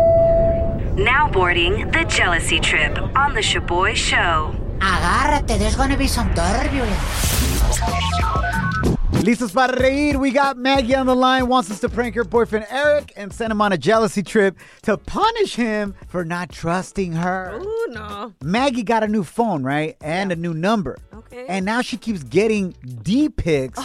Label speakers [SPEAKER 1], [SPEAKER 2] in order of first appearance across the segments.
[SPEAKER 1] Now boarding the jealousy trip on the Shaboy Show.
[SPEAKER 2] Agárrate, there's gonna be some turbulence.
[SPEAKER 3] Listos para reír. We got Maggie on the line. Wants us to prank her boyfriend Eric and send him on a jealousy trip to punish him for not trusting her.
[SPEAKER 4] Ooh, no.
[SPEAKER 3] Maggie got a new phone, right? And a new number.
[SPEAKER 4] Okay.
[SPEAKER 3] And now she keeps getting D pics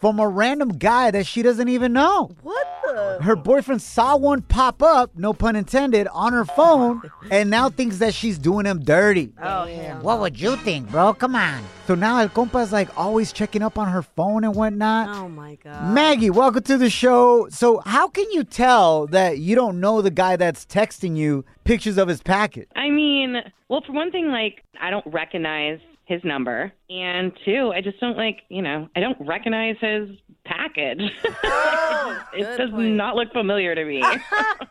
[SPEAKER 3] from a random guy that she doesn't even know.
[SPEAKER 4] What the?
[SPEAKER 3] Her boyfriend saw one pop up, no pun intended, on her phone and now thinks that she's doing him dirty.
[SPEAKER 4] Oh, hell.
[SPEAKER 2] What would you think, bro? Come on.
[SPEAKER 3] So now El Compa's like always checking up on her phone and whatnot.
[SPEAKER 4] Oh, my God.
[SPEAKER 3] Maggie, welcome to the show. So, how can you tell that you don't know the guy that's texting you pictures of his package?
[SPEAKER 5] I mean, well, for one thing, like, I don't recognize his number. And two, I just don't, like, you know, I don't recognize his package.
[SPEAKER 2] Oh,
[SPEAKER 5] it does not look familiar to me.
[SPEAKER 3] All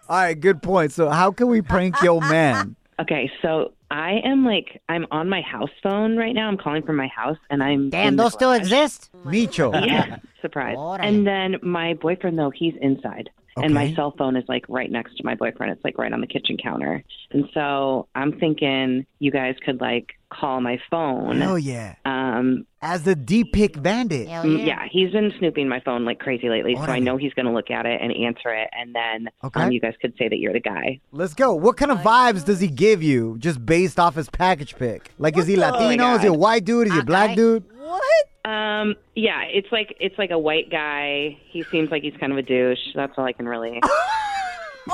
[SPEAKER 3] right, good point. So, how can we prank your man?
[SPEAKER 5] okay, so I am, like, I'm on my house phone right now. I'm calling from my house, and I'm.
[SPEAKER 2] Damn,
[SPEAKER 5] in the
[SPEAKER 2] those still
[SPEAKER 5] garage.
[SPEAKER 2] exist?
[SPEAKER 3] Micho.
[SPEAKER 5] Yeah, surprise.
[SPEAKER 2] Alright.
[SPEAKER 5] And then my boyfriend, though, he's inside. And my
[SPEAKER 3] Okay.
[SPEAKER 5] cell phone is like right next to my boyfriend. It's like right on the kitchen counter. And so I'm thinking you guys could like call my phone.
[SPEAKER 3] Oh, yeah.
[SPEAKER 5] Um,
[SPEAKER 3] As the D pick bandit.
[SPEAKER 2] Hell
[SPEAKER 5] mm,
[SPEAKER 2] Oh, yeah.
[SPEAKER 5] yeah. he's been snooping my phone like crazy lately, so I
[SPEAKER 3] Órale.
[SPEAKER 5] know he's going to look at it and answer it, and then
[SPEAKER 3] Okay.
[SPEAKER 5] um, you guys could say that you're the guy.
[SPEAKER 3] Let's go. What kind of vibes does he give you just based off his package pick? Like, is he Latino?
[SPEAKER 5] my
[SPEAKER 3] is he a
[SPEAKER 5] God.
[SPEAKER 3] white dude? Is he a black dude?
[SPEAKER 4] What?
[SPEAKER 5] Um, yeah, it's like it's like a white guy. He seems like he's kind of a douche. That's all I can really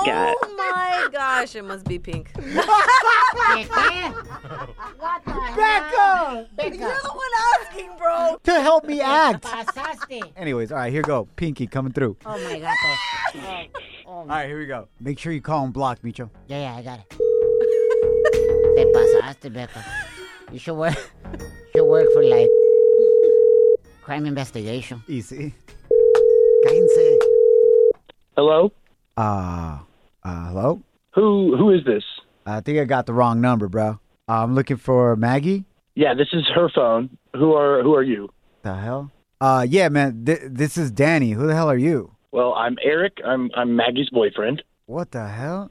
[SPEAKER 5] get.
[SPEAKER 4] Oh, my gosh. It must be pink. You're
[SPEAKER 2] ¿Qué, qué? What the hell?
[SPEAKER 3] Becca!
[SPEAKER 2] Becca,
[SPEAKER 4] the one asking, bro.
[SPEAKER 3] To help me act.
[SPEAKER 2] pasaste.
[SPEAKER 3] Anyways, all right, here go. Pinky coming through.
[SPEAKER 2] Oh my gato.
[SPEAKER 3] All right, here we go. Make sure you call him block, Micho.
[SPEAKER 2] Yeah, yeah, I got it. Te pasaste, Becca. You should work. You should work for like crime investigation.
[SPEAKER 3] Easy. Cállense.
[SPEAKER 6] Hello?
[SPEAKER 3] Uh, uh, hello?
[SPEAKER 6] Who who is this?
[SPEAKER 3] I think I got the wrong number, bro. Uh, I'm looking for Maggie.
[SPEAKER 6] Yeah, this is her phone. Who are who are you?
[SPEAKER 3] The hell? Uh, yeah, man. Th- this is Danny. Who the hell are you?
[SPEAKER 6] Well, I'm Eric. I'm I'm Maggie's boyfriend.
[SPEAKER 3] What the hell?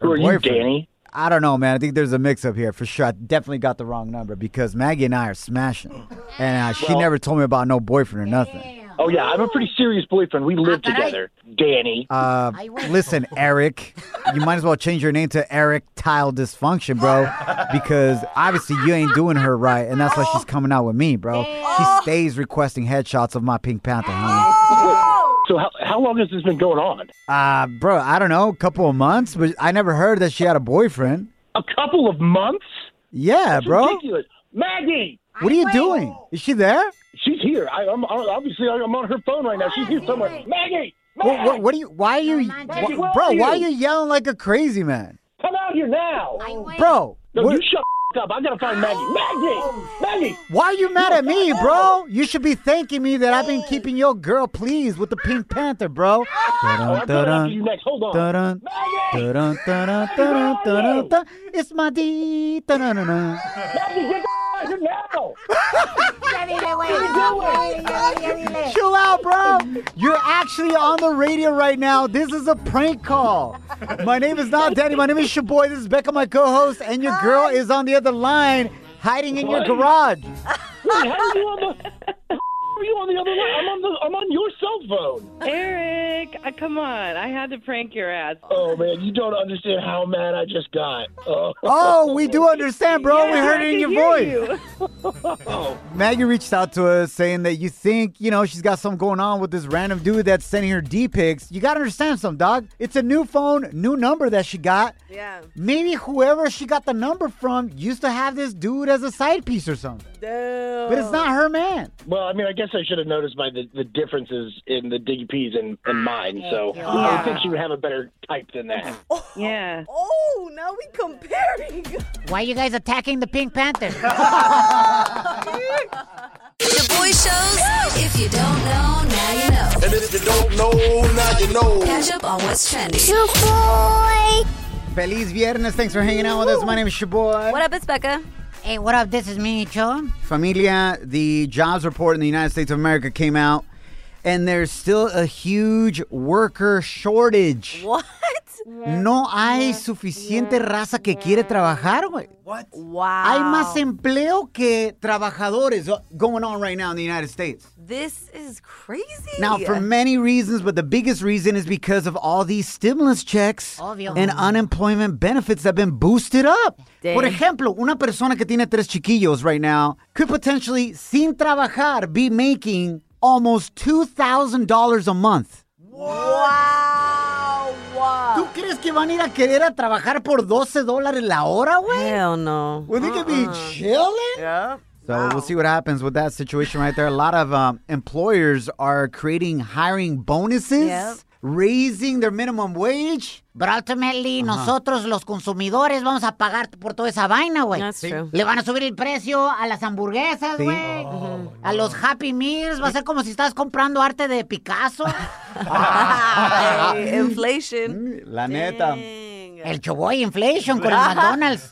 [SPEAKER 6] Who
[SPEAKER 3] Her
[SPEAKER 6] are
[SPEAKER 3] boyfriend.
[SPEAKER 6] you, Danny?
[SPEAKER 3] I don't know, man. I think there's a mix up here for sure. I definitely got the wrong number because Maggie and I are smashing. And uh, she never told me about no boyfriend or nothing.
[SPEAKER 6] Oh yeah, I'm a pretty serious boyfriend. We live
[SPEAKER 2] Ah, caray.
[SPEAKER 6] together. Danny.
[SPEAKER 3] Uh,
[SPEAKER 2] I went-
[SPEAKER 3] listen, Eric, you might as well change your name to Eric Tile Dysfunction, bro, because obviously you ain't doing her right. And that's why she's coming out with me, bro. She stays requesting headshots of my Pink Panther, homie.
[SPEAKER 6] So how how long has this been going on?
[SPEAKER 3] Uh, bro, I don't know, a couple of months, but I never heard that she had a boyfriend.
[SPEAKER 6] A couple of months?
[SPEAKER 3] Yeah,
[SPEAKER 6] That's
[SPEAKER 3] bro.
[SPEAKER 6] Ridiculous. Maggie,
[SPEAKER 3] What are you doing? Is she there?
[SPEAKER 6] she's here. I, I'm I'm- obviously I'm on her phone right now. She's here somewhere. Maggie,
[SPEAKER 3] What, what, what are you? Why are you,
[SPEAKER 2] manches.
[SPEAKER 3] wh-
[SPEAKER 6] Where
[SPEAKER 3] bro?
[SPEAKER 6] are
[SPEAKER 3] Why are you
[SPEAKER 6] you?
[SPEAKER 3] yelling like a crazy man,
[SPEAKER 6] come out here now.
[SPEAKER 3] bro?
[SPEAKER 6] No,
[SPEAKER 3] wh-
[SPEAKER 6] you shut up. I gotta find Maggie. Maggie, Maggie.
[SPEAKER 3] why are you mad at me, bro? You should be thanking me that I've been keeping your girl pleased with the Pink Panther, bro.
[SPEAKER 6] Oh, I'm
[SPEAKER 3] Dun,
[SPEAKER 6] coming after
[SPEAKER 3] dun,
[SPEAKER 6] you next. Hold on.
[SPEAKER 3] dun, dun,
[SPEAKER 6] Maggie,
[SPEAKER 3] dun, dun, dun, dun, dun, dun. It's my D. dun, dun, dun, dun.
[SPEAKER 6] Maggie, get the out here now.
[SPEAKER 2] Ya dile, güey. Ya dile, ya dile.
[SPEAKER 3] Chill out, bro. You're actually on the radio right now. This is a prank call. My name is not Danny. My name is Shaboy. This is Becca, my co-host, and your girl is on the other line, hiding in your garage.
[SPEAKER 6] Wait, how are you on the? How are you on the other line? I'm on the. I'm on your cell phone.
[SPEAKER 5] Eric, uh, come on! I had to prank your ass.
[SPEAKER 6] Oh man, you don't understand how mad I just got. Oh,
[SPEAKER 3] Oh, we do understand, bro. we heard it in your voice.
[SPEAKER 6] Oh,
[SPEAKER 3] Maggie reached out to us saying that you think, you know, she's got something going on with this random dude that's sending her D pics. You got to understand something, dog. It's a new phone, new number that she got.
[SPEAKER 4] Yeah.
[SPEAKER 3] Maybe whoever she got the number from used to have this dude as a side piece or something.
[SPEAKER 4] Damn.
[SPEAKER 3] But it's not her man.
[SPEAKER 6] Well, I mean, I guess I should have noticed by the, the differences in the DPs and, and mine. So I think she would have a better type than that.
[SPEAKER 5] Yeah.
[SPEAKER 4] Oh, now we comparing.
[SPEAKER 2] Why are you guys attacking the Pink Panther?
[SPEAKER 7] Shaboy shows. If you don't know, now you know.
[SPEAKER 8] And if you don't know, now you know.
[SPEAKER 7] Catch up on what's trending.
[SPEAKER 3] Feliz Viernes. Thanks for hanging out with us. My name is Shaboy.
[SPEAKER 4] What up, it's Becca.
[SPEAKER 2] hey, what up? This is me, Cho.
[SPEAKER 3] Familia, the jobs report in the United States of America came out, and there's still a huge worker shortage.
[SPEAKER 4] What?
[SPEAKER 3] No hay suficiente raza que quiere trabajar, güey.
[SPEAKER 4] Wow.
[SPEAKER 3] Hay más empleo que trabajadores uh, going on right now in the United States.
[SPEAKER 4] This is crazy.
[SPEAKER 3] Now, for many reasons, but the biggest reason is because of all these stimulus checks
[SPEAKER 2] Obvio.
[SPEAKER 3] and unemployment benefits that have been boosted up.
[SPEAKER 4] Mm. Damn.
[SPEAKER 3] Por ejemplo, una persona que tiene tres chiquillos right now could potentially, sin trabajar, be making almost $2,000 a month.
[SPEAKER 4] Wow.
[SPEAKER 3] ¿Tú
[SPEAKER 4] Wow.
[SPEAKER 3] crees que van a ir a querer a trabajar por 12 dólares la hora, güey?
[SPEAKER 4] Hell no.
[SPEAKER 3] Well, they could be chilling.
[SPEAKER 4] Yeah.
[SPEAKER 3] So we'll see what happens with that situation right there. A lot of um, employers are creating hiring bonuses,
[SPEAKER 4] Yep.
[SPEAKER 3] raising their minimum wage.
[SPEAKER 2] Pero ultimately, nosotros los consumidores vamos a pagar por toda esa vaina, güey.
[SPEAKER 4] That's true.
[SPEAKER 2] Le van a subir el precio a las hamburguesas,
[SPEAKER 3] Sí.
[SPEAKER 2] güey. a los Happy Meals. Va a ser como si estás comprando arte de Picasso.
[SPEAKER 4] Ay, inflation.
[SPEAKER 3] La neta.
[SPEAKER 4] Dang.
[SPEAKER 2] el Choboy Inflation con el McDonald's.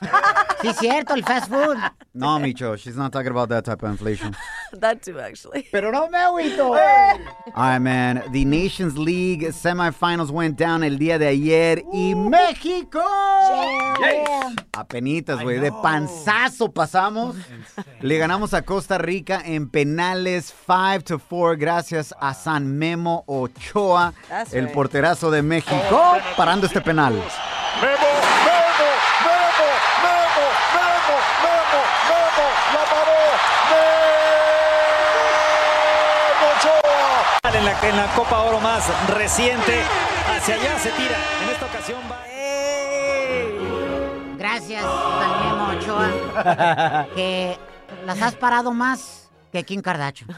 [SPEAKER 2] sí, cierto, el fast food.
[SPEAKER 3] No, Micho, she's not talking about that type of inflation.
[SPEAKER 4] That too, actually.
[SPEAKER 3] Pero no me agüito. All right, man. The Nations League semifinals went down el día de ayer y México. Apenitas, güey. De panzazo pasamos. Le ganamos a Costa Rica en penales 5 to 4 gracias a San Memo Ochoa,
[SPEAKER 4] That's
[SPEAKER 3] el
[SPEAKER 4] right.
[SPEAKER 3] porterazo de México, parando este penal.
[SPEAKER 8] Memo, Memo, Memo, Memo, Memo, Memo, Memo, la paró. Memo Ochoa.
[SPEAKER 9] En la, en la Copa Oro más reciente, hacia allá se tira. En esta ocasión va.
[SPEAKER 2] Gracias, San Memo Ochoa. que las has parado más que Kim Kardashian.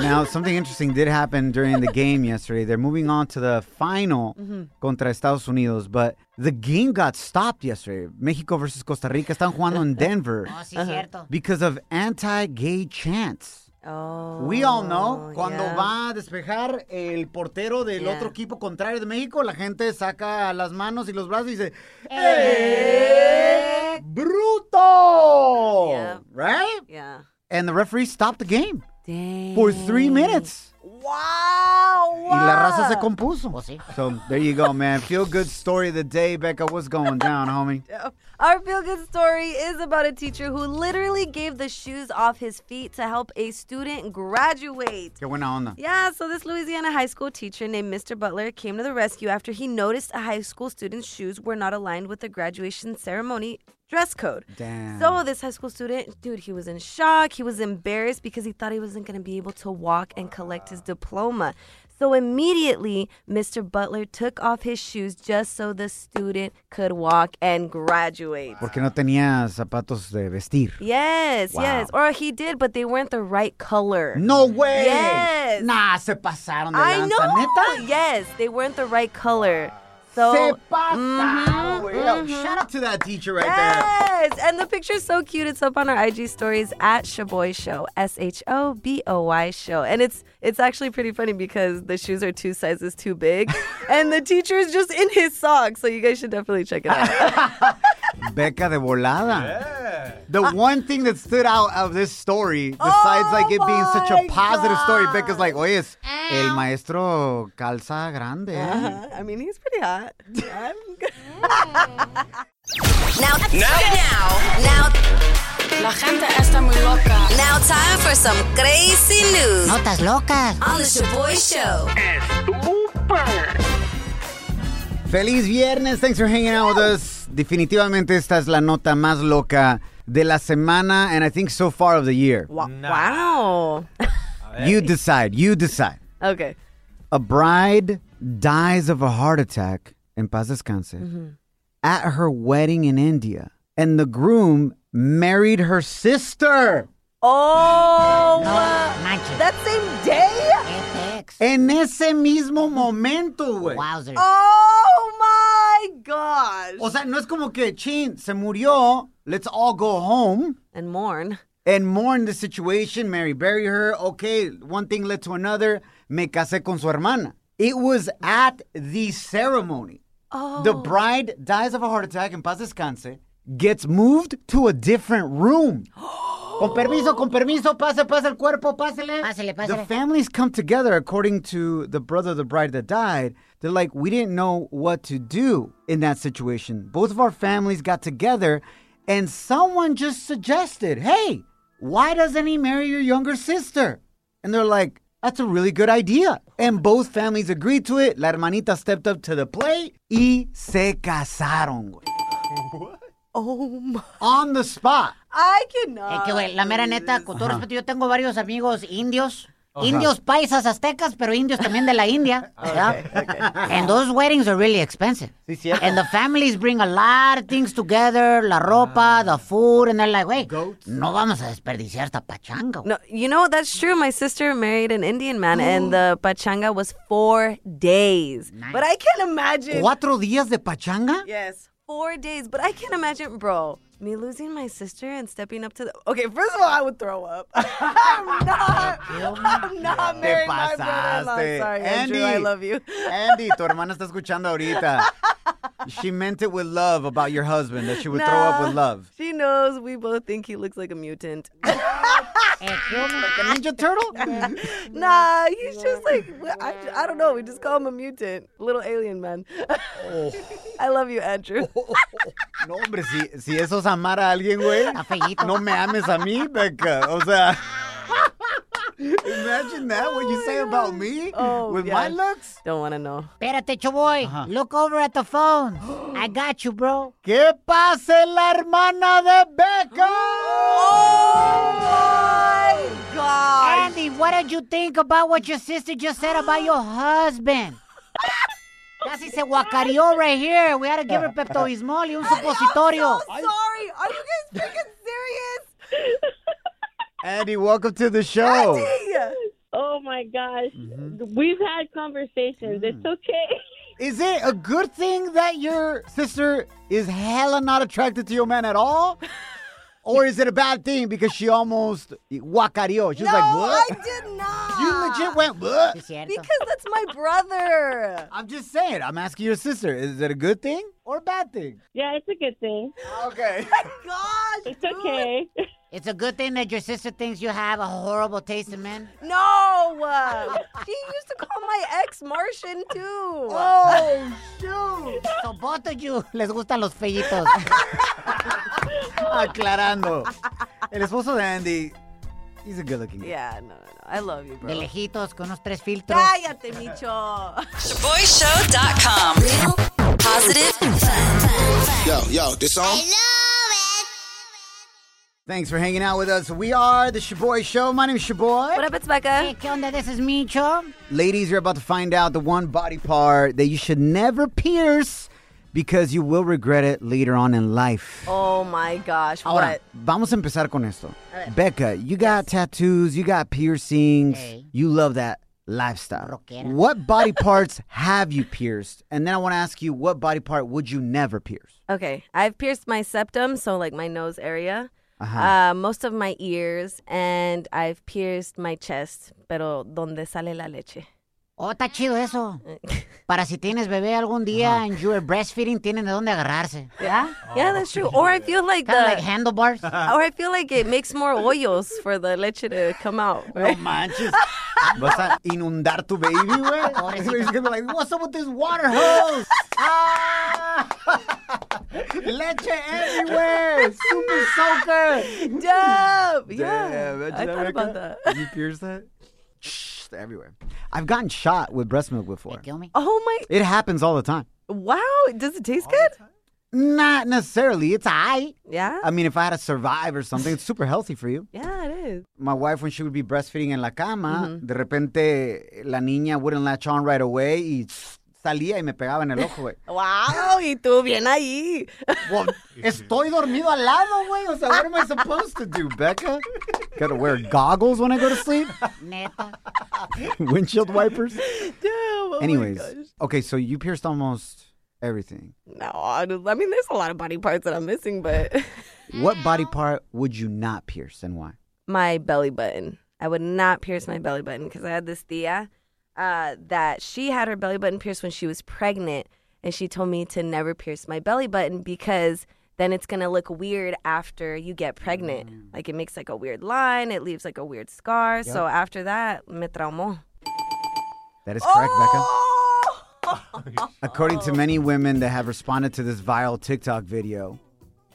[SPEAKER 3] Now, something interesting did happen during the game yesterday. They're moving on to the final
[SPEAKER 4] Mm-hmm.
[SPEAKER 3] contra Estados Unidos, but the game got stopped yesterday. Mexico versus Costa Rica están jugando in Denver
[SPEAKER 2] No, sí, cierto.
[SPEAKER 3] because of anti-gay chants.
[SPEAKER 4] Oh.
[SPEAKER 3] We all know cuando
[SPEAKER 4] yeah.
[SPEAKER 3] va a despejar el portero del
[SPEAKER 4] Yeah.
[SPEAKER 3] otro equipo contrario de México, la gente saca las manos y los brazos y dice, ¡Eh! ¡Bruto!
[SPEAKER 4] Yeah.
[SPEAKER 3] Right?
[SPEAKER 4] Yeah.
[SPEAKER 3] And the referee stopped the game
[SPEAKER 4] Dang.
[SPEAKER 3] for three minutes.
[SPEAKER 4] Wow.
[SPEAKER 3] Y la
[SPEAKER 4] wow. Oh,
[SPEAKER 3] raza se compuso. So there you go, man. Feel good story of the day, Becca. What's going down, homie?
[SPEAKER 4] Our feel good story is about a teacher who literally gave the shoes off his feet to help a student graduate.
[SPEAKER 3] Qué buena onda.
[SPEAKER 4] Yeah, so this Louisiana high school teacher named Mr. Butler came to the rescue after he noticed a high school student's shoes were not aligned with the graduation ceremony dress code.
[SPEAKER 3] Damn.
[SPEAKER 4] So this high school student, dude, he was in shock. He was embarrassed because he thought he wasn't going to be able to walk and collect his diploma. So immediately, Mr. Butler took off his shoes just so the student could walk and graduate.
[SPEAKER 3] Porque no tenía zapatos de vestir.
[SPEAKER 4] Yes, yes. Or he did, but they weren't the right color.
[SPEAKER 3] No way.
[SPEAKER 4] Yes.
[SPEAKER 3] Nah, se pasaron de
[SPEAKER 4] I
[SPEAKER 3] lanza,
[SPEAKER 4] know.
[SPEAKER 3] neta.
[SPEAKER 4] Yes, they weren't the right color. So
[SPEAKER 3] se pasaron,
[SPEAKER 4] Mhm,
[SPEAKER 3] güey. Yo,
[SPEAKER 4] mhm.
[SPEAKER 3] Shout out to that teacher right there.
[SPEAKER 4] Yes, and the picture's so cute. It's up on our IG stories at Shaboy Show, S H O B O Y Show, and it's it's actually pretty funny because the shoes are two sizes too big, and the teacher is just in his socks. So you guys should definitely check it out.
[SPEAKER 3] Becca de volada. The one thing that stood out of this story, besides like it being such a
[SPEAKER 4] my
[SPEAKER 3] positive story,
[SPEAKER 4] God.
[SPEAKER 3] Becca's like, oye, es el maestro calza grande. eh."
[SPEAKER 4] Uh, I mean, he's pretty hot. I'm good.
[SPEAKER 7] Now, now, now,
[SPEAKER 10] La gente está muy loca.
[SPEAKER 7] now, time for some crazy news
[SPEAKER 2] Notas locas.
[SPEAKER 7] on the Shaboy Show.
[SPEAKER 3] Feliz viernes, thanks for hanging out with us. Definitivamente esta es la nota más loca de la semana and I think so far of the year.
[SPEAKER 4] Wa- Wow.
[SPEAKER 3] You decide, you decide.
[SPEAKER 4] Okay.
[SPEAKER 3] A bride dies of a heart attack in paz descanse at her wedding in India and the groom married her sister.
[SPEAKER 4] Oh, uh, that same day?
[SPEAKER 3] En ese mismo momento, güey.
[SPEAKER 4] Oh my gosh.
[SPEAKER 3] O sea, no es como que, chin, se murió, let's all go home.
[SPEAKER 4] And mourn.
[SPEAKER 3] And mourn the situation, Mary, bury her, okay, one thing led to another, me casé con su hermana. It was at the ceremony.
[SPEAKER 4] Oh.
[SPEAKER 3] The bride dies of a heart attack, en paz descanse, gets moved to a different room. Con permiso, con permiso, pase, pase el cuerpo, pásele.
[SPEAKER 2] Pásele,
[SPEAKER 3] The
[SPEAKER 2] pásele.
[SPEAKER 3] families come together according to the brother of the bride that died. They're like, we didn't know what to do in that situation. Both of our families got together, and someone just suggested, hey, why doesn't he marry your younger sister? And they're like, that's a really good idea. And both families agreed to it. La hermanita stepped up to the plate. Y se casaron, güey.
[SPEAKER 4] Oh my.
[SPEAKER 3] On the spot.
[SPEAKER 4] I cannot.
[SPEAKER 2] Es Eh, que, güey, la mera neta, con todo
[SPEAKER 3] Ajá.
[SPEAKER 2] respeto, yo tengo varios amigos indios. Indios paisas aztecas, pero indios también de la India. ¿verdad? And those weddings are really expensive.
[SPEAKER 3] Ah, Sí, cierto.
[SPEAKER 2] And the families bring a lot of things together, la
[SPEAKER 3] Ah.
[SPEAKER 2] ropa, the food, and they're like, güey, no vamos a desperdiciar esta pachanga. güey."
[SPEAKER 4] No, you know that's true. My sister married an Indian man, and the pachanga was four days. But I can imagine.
[SPEAKER 3] ¿Cuatro días de pachanga?
[SPEAKER 4] Yes, four days. But I can imagine, bro, me losing my sister and stepping up to the. Okay, first of all, I would throw up. I'm not. I'm not
[SPEAKER 3] Te
[SPEAKER 4] marrying my brother-in-law.
[SPEAKER 3] pasaste.
[SPEAKER 4] Sorry,
[SPEAKER 3] Andy,
[SPEAKER 4] Andrew. I love you.
[SPEAKER 3] Andy, tu hermana está escuchando ahorita. She meant it with love about your husband, that she would throw up
[SPEAKER 4] Nah.
[SPEAKER 3] with love.
[SPEAKER 4] She knows we both think he looks like a mutant.
[SPEAKER 3] Like a Ninja Turtle?
[SPEAKER 4] Nah, he's just like I, I don't know. We just call him a mutant, little alien man.
[SPEAKER 3] Oh.
[SPEAKER 4] I love you, Andrew.
[SPEAKER 3] No, hombre, si, si eso es amar a alguien, güey, no me ames a mí, Becca. O sea, imagine that, what you say about me
[SPEAKER 4] Oh,
[SPEAKER 3] with
[SPEAKER 4] yes.
[SPEAKER 3] my looks.
[SPEAKER 4] Don't want to know.
[SPEAKER 2] Espérate, choboy. Look over at the phone. I got you, bro.
[SPEAKER 3] ¿Qué pase la hermana de Becca?
[SPEAKER 4] Oh. God.
[SPEAKER 2] Andy, what did you think about what your sister just said about your husband? Casi se guacareó right here. We had to give her Pepto Bismol y un supositorio.
[SPEAKER 4] Sorry, are you guys freaking serious?
[SPEAKER 3] Andy, welcome to the show.
[SPEAKER 11] Oh my gosh. We've had conversations. It's okay.
[SPEAKER 3] Is it a good thing that your sister is hella not attracted to your man at all? Or is it a bad thing because she almost guacareó? She was
[SPEAKER 4] no,
[SPEAKER 3] like, what?
[SPEAKER 4] I did not.
[SPEAKER 3] You legit went, what?
[SPEAKER 4] Because that's my brother.
[SPEAKER 3] I'm just saying, I'm asking your sister, is it a good thing or a bad thing?
[SPEAKER 11] Yeah, it's a good thing.
[SPEAKER 3] Okay.
[SPEAKER 4] Gosh.
[SPEAKER 11] It's okay.
[SPEAKER 2] It's a good thing that your sister thinks you have a horrible taste in men.
[SPEAKER 4] No. uh, she used to call my ex Martian too.
[SPEAKER 3] Oh, shoot.
[SPEAKER 2] So both of you les gustan los fellitos.
[SPEAKER 3] Aclarando. El esposo de Andy, he's a good looking guy.
[SPEAKER 4] Yeah, no, no, no. I love you,
[SPEAKER 2] De
[SPEAKER 4] bro.
[SPEAKER 2] lejitos, con unos tres filtros.
[SPEAKER 4] Cállate, Micho.
[SPEAKER 7] Boyshow.com. Real, positive,
[SPEAKER 8] Yo, yo, this song?
[SPEAKER 3] Thanks for hanging out with us. We are the Shaboy Show. My name is Shaboy.
[SPEAKER 4] What up, it's Becca.
[SPEAKER 2] Hey, ¿Qué onda? This is Micho.
[SPEAKER 3] Ladies, you're about to find out the one body part that you should never pierce because you will regret it later on in life.
[SPEAKER 4] Oh my gosh,
[SPEAKER 3] Ahora,
[SPEAKER 4] what?
[SPEAKER 3] vamos a empezar con esto. Becca, you got tattoos, you got piercings,
[SPEAKER 2] Hey.
[SPEAKER 3] you love that lifestyle.
[SPEAKER 2] Rockera.
[SPEAKER 3] What body parts have you pierced? And then I want to ask you, what body part would you never pierce?
[SPEAKER 4] Okay, I've pierced my septum, so like my nose area,
[SPEAKER 3] Ajá.
[SPEAKER 4] uh, most of my ears, and I've pierced my chest, pero donde sale la leche.
[SPEAKER 2] Oh, está chido eso. Para si tienes bebé algún día and you're breastfeeding, tienen de dónde agarrarse. ¿Ya?
[SPEAKER 4] yeah, that's true. Or I feel like
[SPEAKER 2] Kind of like
[SPEAKER 4] the,
[SPEAKER 2] handlebars.
[SPEAKER 4] or I feel like it makes more hoyos for the leche to come out.
[SPEAKER 3] No
[SPEAKER 4] Right?
[SPEAKER 3] manches. Vas a inundar tu baby, güey. He's gonna be like, what's up with this water hose? ah! Leche everywhere. Super soaker.
[SPEAKER 4] Damn, yeah,
[SPEAKER 3] Damn, imagine
[SPEAKER 4] I thought about that.
[SPEAKER 3] Becca. You pierce that? Shh, everywhere. I've gotten shot with breast milk before.
[SPEAKER 2] Kill me.
[SPEAKER 4] Oh my!
[SPEAKER 3] It happens all the time.
[SPEAKER 4] Wow, does it taste good?
[SPEAKER 3] Not necessarily. It's I.
[SPEAKER 4] Yeah,
[SPEAKER 3] I mean, if I had to survive or something, it's super healthy for you.
[SPEAKER 4] yeah, it is.
[SPEAKER 3] my wife when she would be Mm-hmm. breastfeeding en la cama, de repente la niña wouldn't latch on right away y salía y me pegaba en el ojo, güey.
[SPEAKER 4] ¡Wow! Y tú bien ahí.
[SPEAKER 3] Well, estoy dormido al lado, güey. O sea, what am I supposed to do, Becca? Gotta wear goggles when I go to sleep?
[SPEAKER 2] Neta.
[SPEAKER 3] Windshield wipers?
[SPEAKER 4] Damn. oh my
[SPEAKER 3] Anyways,
[SPEAKER 4] gosh.
[SPEAKER 3] okay, so you pierced almost everything.
[SPEAKER 4] No, I don't- I mean, there's a lot of body parts that I'm missing, but
[SPEAKER 3] What body part would you not pierce and why?
[SPEAKER 4] my belly button. I would not pierce my belly button because I had this tia uh, that she had her belly button pierced when she was pregnant, and she told me to never pierce my belly button because then it's gonna look weird after you get pregnant. Like it makes like a weird line, it leaves like a weird scar. So after that, me traumó.
[SPEAKER 3] That is correct, Becca.
[SPEAKER 4] Oh!
[SPEAKER 3] According to many women that have responded to this viral TikTok video,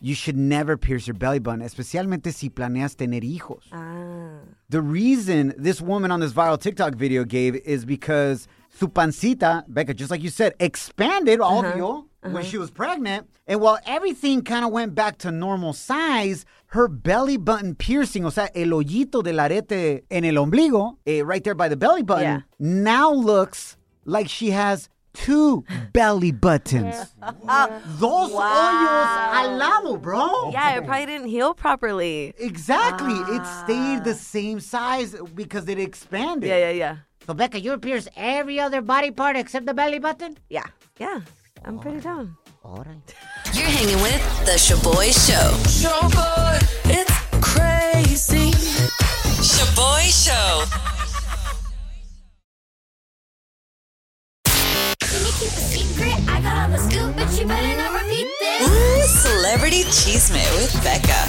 [SPEAKER 3] you should never pierce your belly button, especialmente si planeas tener hijos.
[SPEAKER 4] Ah.
[SPEAKER 3] The reason this woman on this viral TikTok video gave is because su pancita, Becca, just like you said, expanded,
[SPEAKER 4] Uh-huh.
[SPEAKER 3] obvio, when she was pregnant. And while everything kind of went back to normal size, her belly button piercing, o sea, el hoyito del arete en el ombligo, eh, right there by the belly button,
[SPEAKER 4] Yeah.
[SPEAKER 3] now looks like she has two belly buttons. Those hoyos al lado, bro.
[SPEAKER 4] Yeah, it probably didn't heal properly.
[SPEAKER 3] Exactly.
[SPEAKER 4] Ah.
[SPEAKER 3] It stayed the same size because it expanded.
[SPEAKER 4] Yeah, yeah, yeah.
[SPEAKER 2] So, Becca, you pierce every other body part except the belly button?
[SPEAKER 4] Yeah, yeah. I'm pretty down.
[SPEAKER 7] You're hanging with The Shaboy Show. Shaboy, it's crazy. Shaboy Show. Ooh, Celebrity Cheesemate with Becca.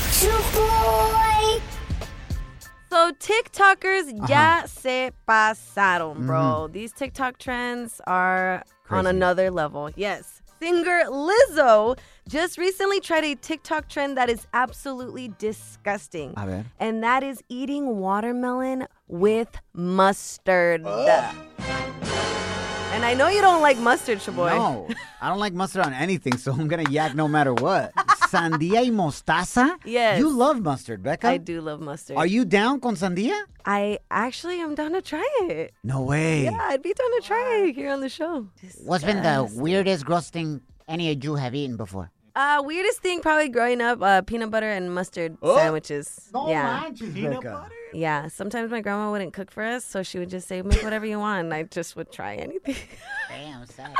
[SPEAKER 4] So TikTokers
[SPEAKER 3] Uh-huh.
[SPEAKER 4] ya se
[SPEAKER 3] Mm-hmm.
[SPEAKER 4] pasaron, bro. These TikTok trends are on another level. Yes. Singer Lizzo just recently tried a TikTok trend that is absolutely disgusting.
[SPEAKER 3] A ver.
[SPEAKER 4] And that is eating watermelon with mustard. And I know you don't like mustard, Shaboy.
[SPEAKER 3] No, I don't like mustard on anything, so I'm gonna yak no matter what. Sandia y mostaza.
[SPEAKER 4] Yes.
[SPEAKER 3] You love mustard, Becca.
[SPEAKER 4] I do love mustard.
[SPEAKER 3] Are you down con sandia?
[SPEAKER 4] I actually am down to try it.
[SPEAKER 3] No way.
[SPEAKER 4] Yeah, I'd be down to try it here on the show.
[SPEAKER 2] What's been the weirdest, gross thing any of you have eaten before?
[SPEAKER 4] Uh, weirdest thing probably growing up, uh, peanut butter and mustard
[SPEAKER 3] Oh.
[SPEAKER 4] sandwiches. yeah,
[SPEAKER 3] manches, Becca.
[SPEAKER 4] yeah. Sometimes my grandma wouldn't cook for us, so she would just say, "Make whatever you want." And I just would try anything.
[SPEAKER 2] Damn, sad.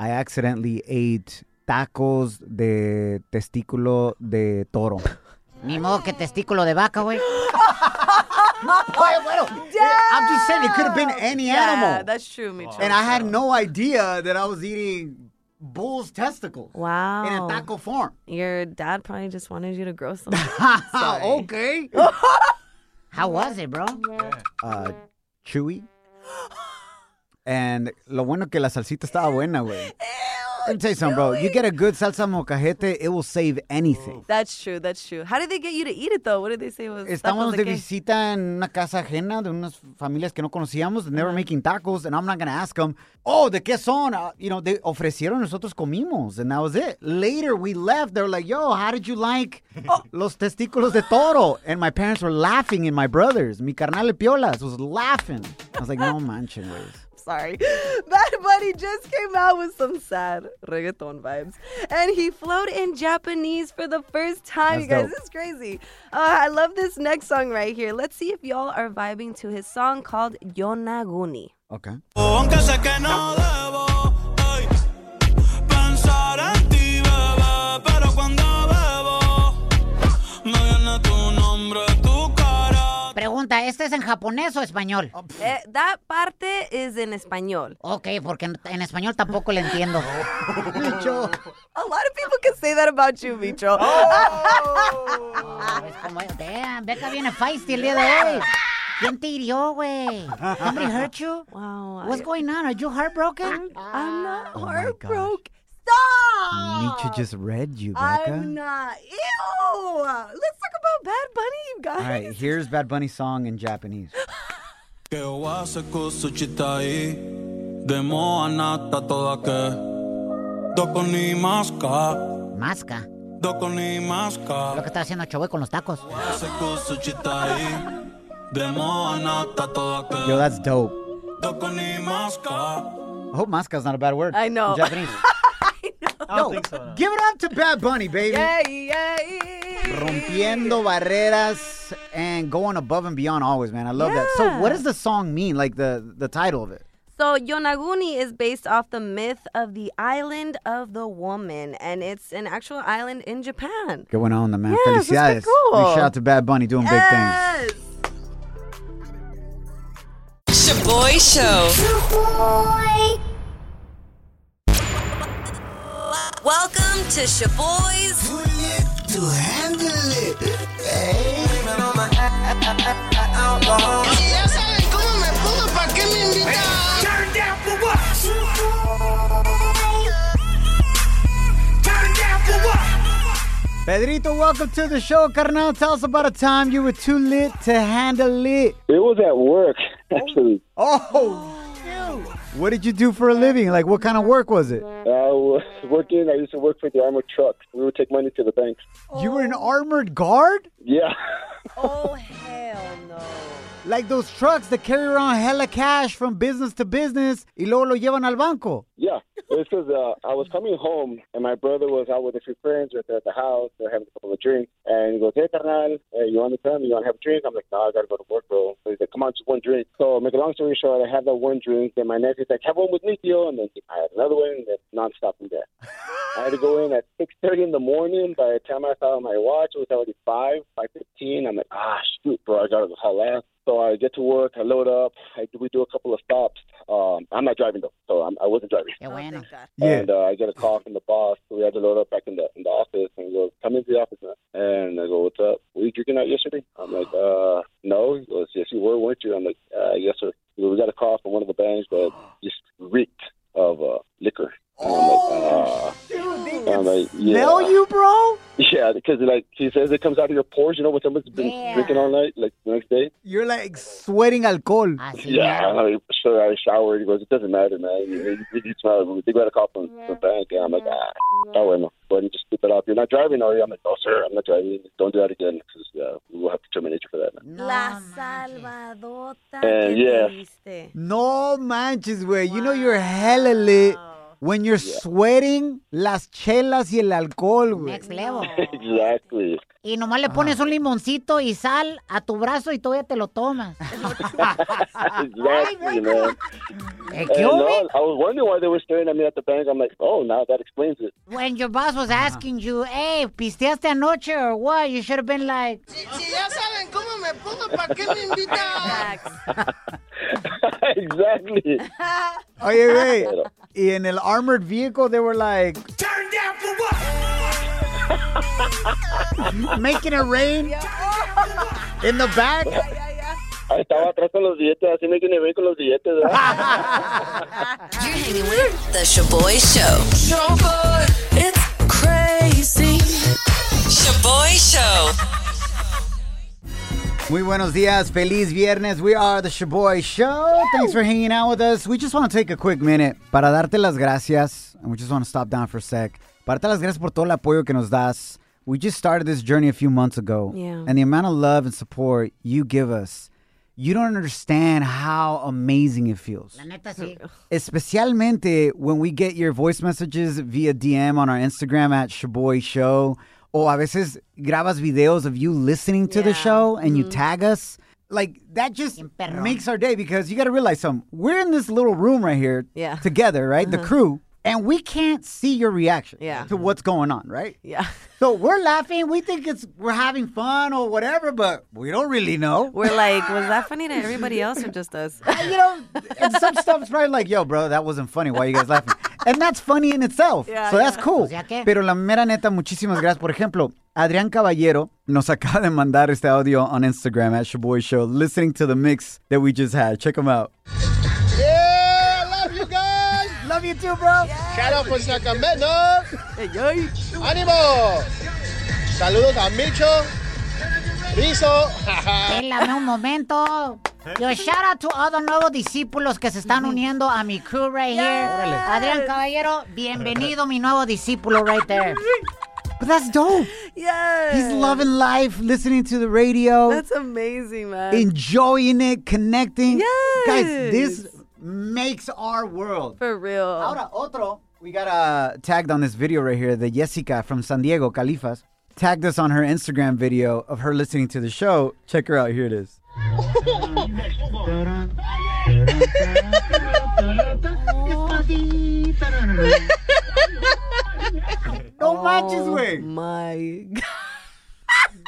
[SPEAKER 3] I accidentally ate tacos de testículo de toro.
[SPEAKER 2] Ni modo que testículo de vaca, güey.
[SPEAKER 3] I'm just saying it could have been any
[SPEAKER 4] yeah,
[SPEAKER 3] animal,
[SPEAKER 4] that's true, Micho.
[SPEAKER 3] and I had no idea that I was eating bull's testicles in a
[SPEAKER 4] wow,
[SPEAKER 3] taco form.
[SPEAKER 4] your dad probably just wanted you to grow something.
[SPEAKER 3] Ah, okay.
[SPEAKER 2] How was it, bro?
[SPEAKER 3] uh, chewy. And lo bueno que la salsita estaba buena, güey. Let me tell you something, bro. You get a good salsa mocajete, it will save anything.
[SPEAKER 4] that's true. That's true. How did they get you to eat it though? What did they say was?
[SPEAKER 3] Estábamos
[SPEAKER 4] tacos
[SPEAKER 3] de
[SPEAKER 4] qué?
[SPEAKER 3] visita en una casa ajena de unas familias que no conocíamos, and they were making tacos, and I'm not gonna ask them, oh, ¿de qué son? Uh, you know, they ofrecieron, nosotros comimos, and that was it. Later, we left, they were like, yo, how did you like los testículos de toro? And my parents were laughing, and my brothers, mi carnal Piolas, was laughing. I was like, no manchen, güey.
[SPEAKER 4] Sorry. Bad Bunny just came out with some sad reggaeton vibes. And he flowed in Japanese for the first time. you
[SPEAKER 3] That's
[SPEAKER 4] guys,
[SPEAKER 3] dope.
[SPEAKER 4] this is crazy. Uh, I love this next song right here. Let's see if y'all are vibing to his song called Yonaguni.
[SPEAKER 3] Okay.
[SPEAKER 12] Aunque sé que no debo ey, pensar en ti, bebé, pero cuando bebo me viene tu nombre, tu cara.
[SPEAKER 2] Pregunta, ¿este es en japonés o español?
[SPEAKER 4] Eh, that parte is in español.
[SPEAKER 2] Ok, porque en, en español tampoco le entiendo.
[SPEAKER 3] Micho.
[SPEAKER 4] A lot of people can say that about you, Micho.
[SPEAKER 3] Oh!
[SPEAKER 2] Ah, ¿Ves cómo es? Damn, Becca viene feisty el día de hoy. ¿Quién te hirió, güey? ¿Somebody hurt you?
[SPEAKER 4] wow.
[SPEAKER 2] What's going on? Are you heartbroken?
[SPEAKER 4] I, am not
[SPEAKER 3] Oh my
[SPEAKER 4] heartbroken. Stop!
[SPEAKER 3] Nietzsche just read you, Becca.
[SPEAKER 4] Oh, I'm not. Ew! Let's talk about Bad Bunny, you guys.
[SPEAKER 3] All right, here's Bad Bunny's song in Japanese.
[SPEAKER 12] Que wa seco su chitai, de moa nata toda que. Doko ni maska,
[SPEAKER 2] Masca.
[SPEAKER 12] doko ni
[SPEAKER 2] Lo que
[SPEAKER 12] maska.
[SPEAKER 2] estaba haciendo Choboy con los tacos.
[SPEAKER 12] Seco su chitai, de moa nata toda que.
[SPEAKER 3] Yo, that's dope.
[SPEAKER 12] Doko ni maska,
[SPEAKER 3] I hope Moscow's not a bad word.
[SPEAKER 4] I know.
[SPEAKER 3] in Japanese.
[SPEAKER 13] I don't think so. no.
[SPEAKER 3] Give it up to Bad Bunny, baby. Rompiendo barreras and going above and beyond always, man. I love that. So, what does the song mean? Like the the title of it?
[SPEAKER 4] So Yonaguni is based off the myth of the island of the woman, and it's an actual island in Japan.
[SPEAKER 3] Going on, the man.
[SPEAKER 4] Yes,
[SPEAKER 3] Felicidades.
[SPEAKER 4] that's cool.
[SPEAKER 3] Big shout out to Bad Bunny doing
[SPEAKER 4] Yes.
[SPEAKER 7] Shaboy Show. Shaboy. Welcome to Shaboy's.
[SPEAKER 12] to handle it. eh? Ya saben cómo me pongo, ¿para qué me invitan? Turn down for what? Turn down for what?
[SPEAKER 3] big things. Pedrito, welcome to the show, carnal. Tell us about a time you were too lit to handle it.
[SPEAKER 6] It was at work, actually.
[SPEAKER 3] Oh, what did you do for a living? Like, what kind of work was it?
[SPEAKER 6] I was working. I used to work for the armored truck. We would take money to the bank.
[SPEAKER 3] You were an armored guard?
[SPEAKER 6] Yeah.
[SPEAKER 3] Like those trucks that carry around hella cash from business to business, y luego lo llevan al banco.
[SPEAKER 6] Yeah, it's because uh, I was coming home and my brother was out with a few friends. We We're at the house. They're having a couple of drinks, and he goes, "Hey, carnal, hey, you want to come? You want to have a drink?" I'm like, "No, I gotta go to work, bro." So he's like, "Come on, just one drink." So make a long story short, I had that one drink. Then my nephew's like, "Have one with me, tío," and then I had another one, and then nonstop from there. I had to go in at 6:30 in the morning. By the time I found my watch, it was already five, five fifteen. I'm like, ah, shoot, bro, I gotta go hell ass. So I get to work, I load up, I, we do a couple of stops. Um, I'm not driving though, so I'm, I wasn't driving. And uh, I get a call from the boss. So we had to load up back in the in the office, and he goes, "Come into the office." Man. And I go, "What's up? Were you drinking out yesterday?" I'm like, "Uh, no." He goes, "Yes, you were, weren't you?" I'm like, uh, "Yes, sir." He goes, "We got a call from one of the banks that just reeked of uh, liquor." And I'm
[SPEAKER 3] Oh,
[SPEAKER 6] like, uh, I'm like, yeah.
[SPEAKER 3] Smell you, bro?
[SPEAKER 6] Yeah, because like he says, it comes out of your pores. You know when someone's been drinking all night, like the next day.
[SPEAKER 3] You're like sweating alcohol.
[SPEAKER 6] Yeah, I'm like, sure. I showered. He goes, it doesn't matter, man. You, you, you smell. it. They got a call from the bank, and I'm like, ah, don't worry, man. But you just keep it up. You're not driving, are you? I'm like, no, sir, I'm not driving. Don't do that again, because uh, we will have to terminate you for that, man.
[SPEAKER 4] La salvadota
[SPEAKER 6] And,
[SPEAKER 4] que
[SPEAKER 6] yeah.
[SPEAKER 4] te diste.
[SPEAKER 3] No manches, güey. You know you're hella lit when you're sweating las chelas y el alcohol, güey.
[SPEAKER 2] Next level.
[SPEAKER 6] exactly.
[SPEAKER 2] Y nomás le pones un limoncito y sal a tu brazo y todavía te lo tomas.
[SPEAKER 6] exactly, man. And,
[SPEAKER 2] you
[SPEAKER 6] no, I was wondering why they were staring at me at the bank. I'm like, oh, now that explains it.
[SPEAKER 2] When your boss was asking you, hey, pisteaste anoche or what? You should have been like,
[SPEAKER 12] Si ya saben cómo me pongo, ¿para qué me invitan?
[SPEAKER 6] exactly.
[SPEAKER 3] Oye, güey. Y en el armored vehicle, they were like,
[SPEAKER 12] Turn down for what?
[SPEAKER 3] making it rain in the back.
[SPEAKER 6] I estaba atrás con los billetes, así me quedé con los billetes. ¿verdad?
[SPEAKER 7] You're hanging with the Shaboy Show. Shaboy, it's crazy. Shaboy Show.
[SPEAKER 3] Muy buenos dias, feliz viernes. We are the Shaboy Show. Thanks for hanging out with us. We just want to take a quick minute para darte las gracias, and we just want to stop down for a sec. Para darte las gracias por todo el apoyo que nos das. We just started this journey a few months ago,
[SPEAKER 4] Yeah.
[SPEAKER 3] and the amount of love and support you give us, you don't understand how amazing it feels.
[SPEAKER 2] la neta sí.
[SPEAKER 3] Especialmente when we get your voice messages via DM on our Instagram at Shaboy Show. O a veces grabas videos of you listening to the show and you
[SPEAKER 4] Mm-hmm.
[SPEAKER 3] tag us. Like that just makes our day because you got to realize something. We're in this little room right here
[SPEAKER 4] Yeah. Uh-huh.
[SPEAKER 3] together, right? The crew. And we can't see your reaction
[SPEAKER 4] Yeah.
[SPEAKER 3] to what's going on, right?
[SPEAKER 4] Yeah.
[SPEAKER 3] So we're laughing. We think it's we're having fun or whatever, but we don't really know.
[SPEAKER 4] We're like, was that funny to everybody else or just us?
[SPEAKER 3] you know, and some stuff's probably like, yo, bro, that wasn't funny. Why are you guys laughing? And that's funny in itself.
[SPEAKER 4] Yeah,
[SPEAKER 3] so that's
[SPEAKER 4] yeah.
[SPEAKER 3] cool.
[SPEAKER 2] Pues ya qué.
[SPEAKER 3] Pero la mera neta, muchísimas gracias. Por ejemplo, Adrián Caballero nos acaba de mandar este audio on Instagram at Shaboy Show, listening to the mix that we just had. Check him out.
[SPEAKER 12] Yeah, I love you guys.
[SPEAKER 3] Love you too, bro.
[SPEAKER 12] Shout out for Sacramento. ¡Ánimo! Saludos a Micho. Rizo.
[SPEAKER 2] Pélame un momento. Yo shout out to all the nuevos discípulos que se están uniendo a mi crew right here. Adrián Caballero, bienvenido mi nuevo discípulo right there.
[SPEAKER 3] But that's dope.
[SPEAKER 4] Yeah.
[SPEAKER 3] He's loving life, listening to the radio,
[SPEAKER 4] That's amazing, man.
[SPEAKER 3] enjoying it, connecting. Guys, this makes our world.
[SPEAKER 4] For real.
[SPEAKER 3] Ahora, otro. We got uh, tagged on this video right here, the Jessica from San Diego, Califas, tagged us on her Instagram video of her listening to the show. Check her out. Here it is. No manches, güey.
[SPEAKER 4] My God.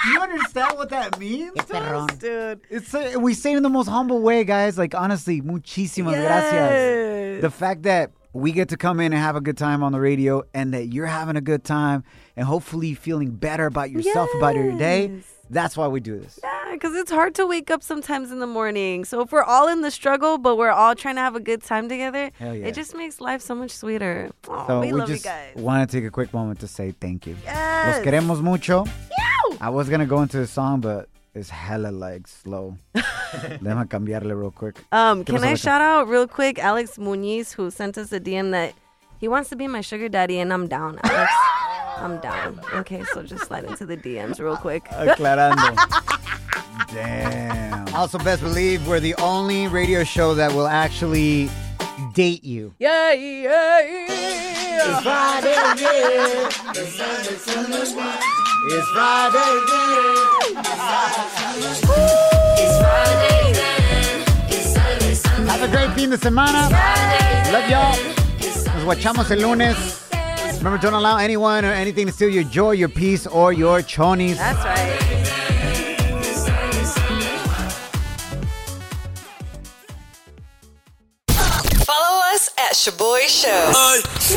[SPEAKER 3] Do you understand what that means? It's
[SPEAKER 4] Dude.
[SPEAKER 3] It's uh, we say it in the most humble way, guys. Like honestly, muchísimas gracias.
[SPEAKER 4] Yes.
[SPEAKER 3] The fact that we get to come in and have a good time on the radio, and that you're having a good time, and hopefully feeling better about yourself, about your day. That's why we do this.
[SPEAKER 4] Yeah, because it's hard to wake up sometimes in the morning. So if we're all in the struggle, but we're all trying to have a good time together,
[SPEAKER 3] Hell yeah.
[SPEAKER 4] it just makes life so much sweeter. Aw,
[SPEAKER 3] So we,
[SPEAKER 4] we, love
[SPEAKER 3] just
[SPEAKER 4] you guys.
[SPEAKER 3] want to take a quick moment to say thank you.
[SPEAKER 4] Yes.
[SPEAKER 3] Los queremos mucho. I was gonna go into the song, but it's hella like slow. Déjame cambiarle real quick.
[SPEAKER 4] Um,
[SPEAKER 3] ¿Qué
[SPEAKER 4] can
[SPEAKER 3] pasó,
[SPEAKER 4] I
[SPEAKER 3] Beca?
[SPEAKER 4] shout out real quick Alex Muñiz who sent us a DM that he wants to be my sugar daddy and I'm down, Alex. I'm down. Okay, so just slide into the DMs real quick.
[SPEAKER 3] Aclarando. Damn. Also, best believe we're the only radio show that will actually date you.
[SPEAKER 4] Yeah, yeah, yeah.
[SPEAKER 14] It's Friday, yeah. It's Sunday, Sunday, yeah. It's Friday, yeah. It's Friday, yeah. It's Sunday, Sunday.
[SPEAKER 3] Have a great fin de semana. Love y'all. Nos guachamos el lunes. Remember, don't allow anyone or anything to steal your joy, your peace, or your chonies.
[SPEAKER 4] That's right.
[SPEAKER 14] It's Sunday, Sunday.
[SPEAKER 15] Follow us at Shaboy Show.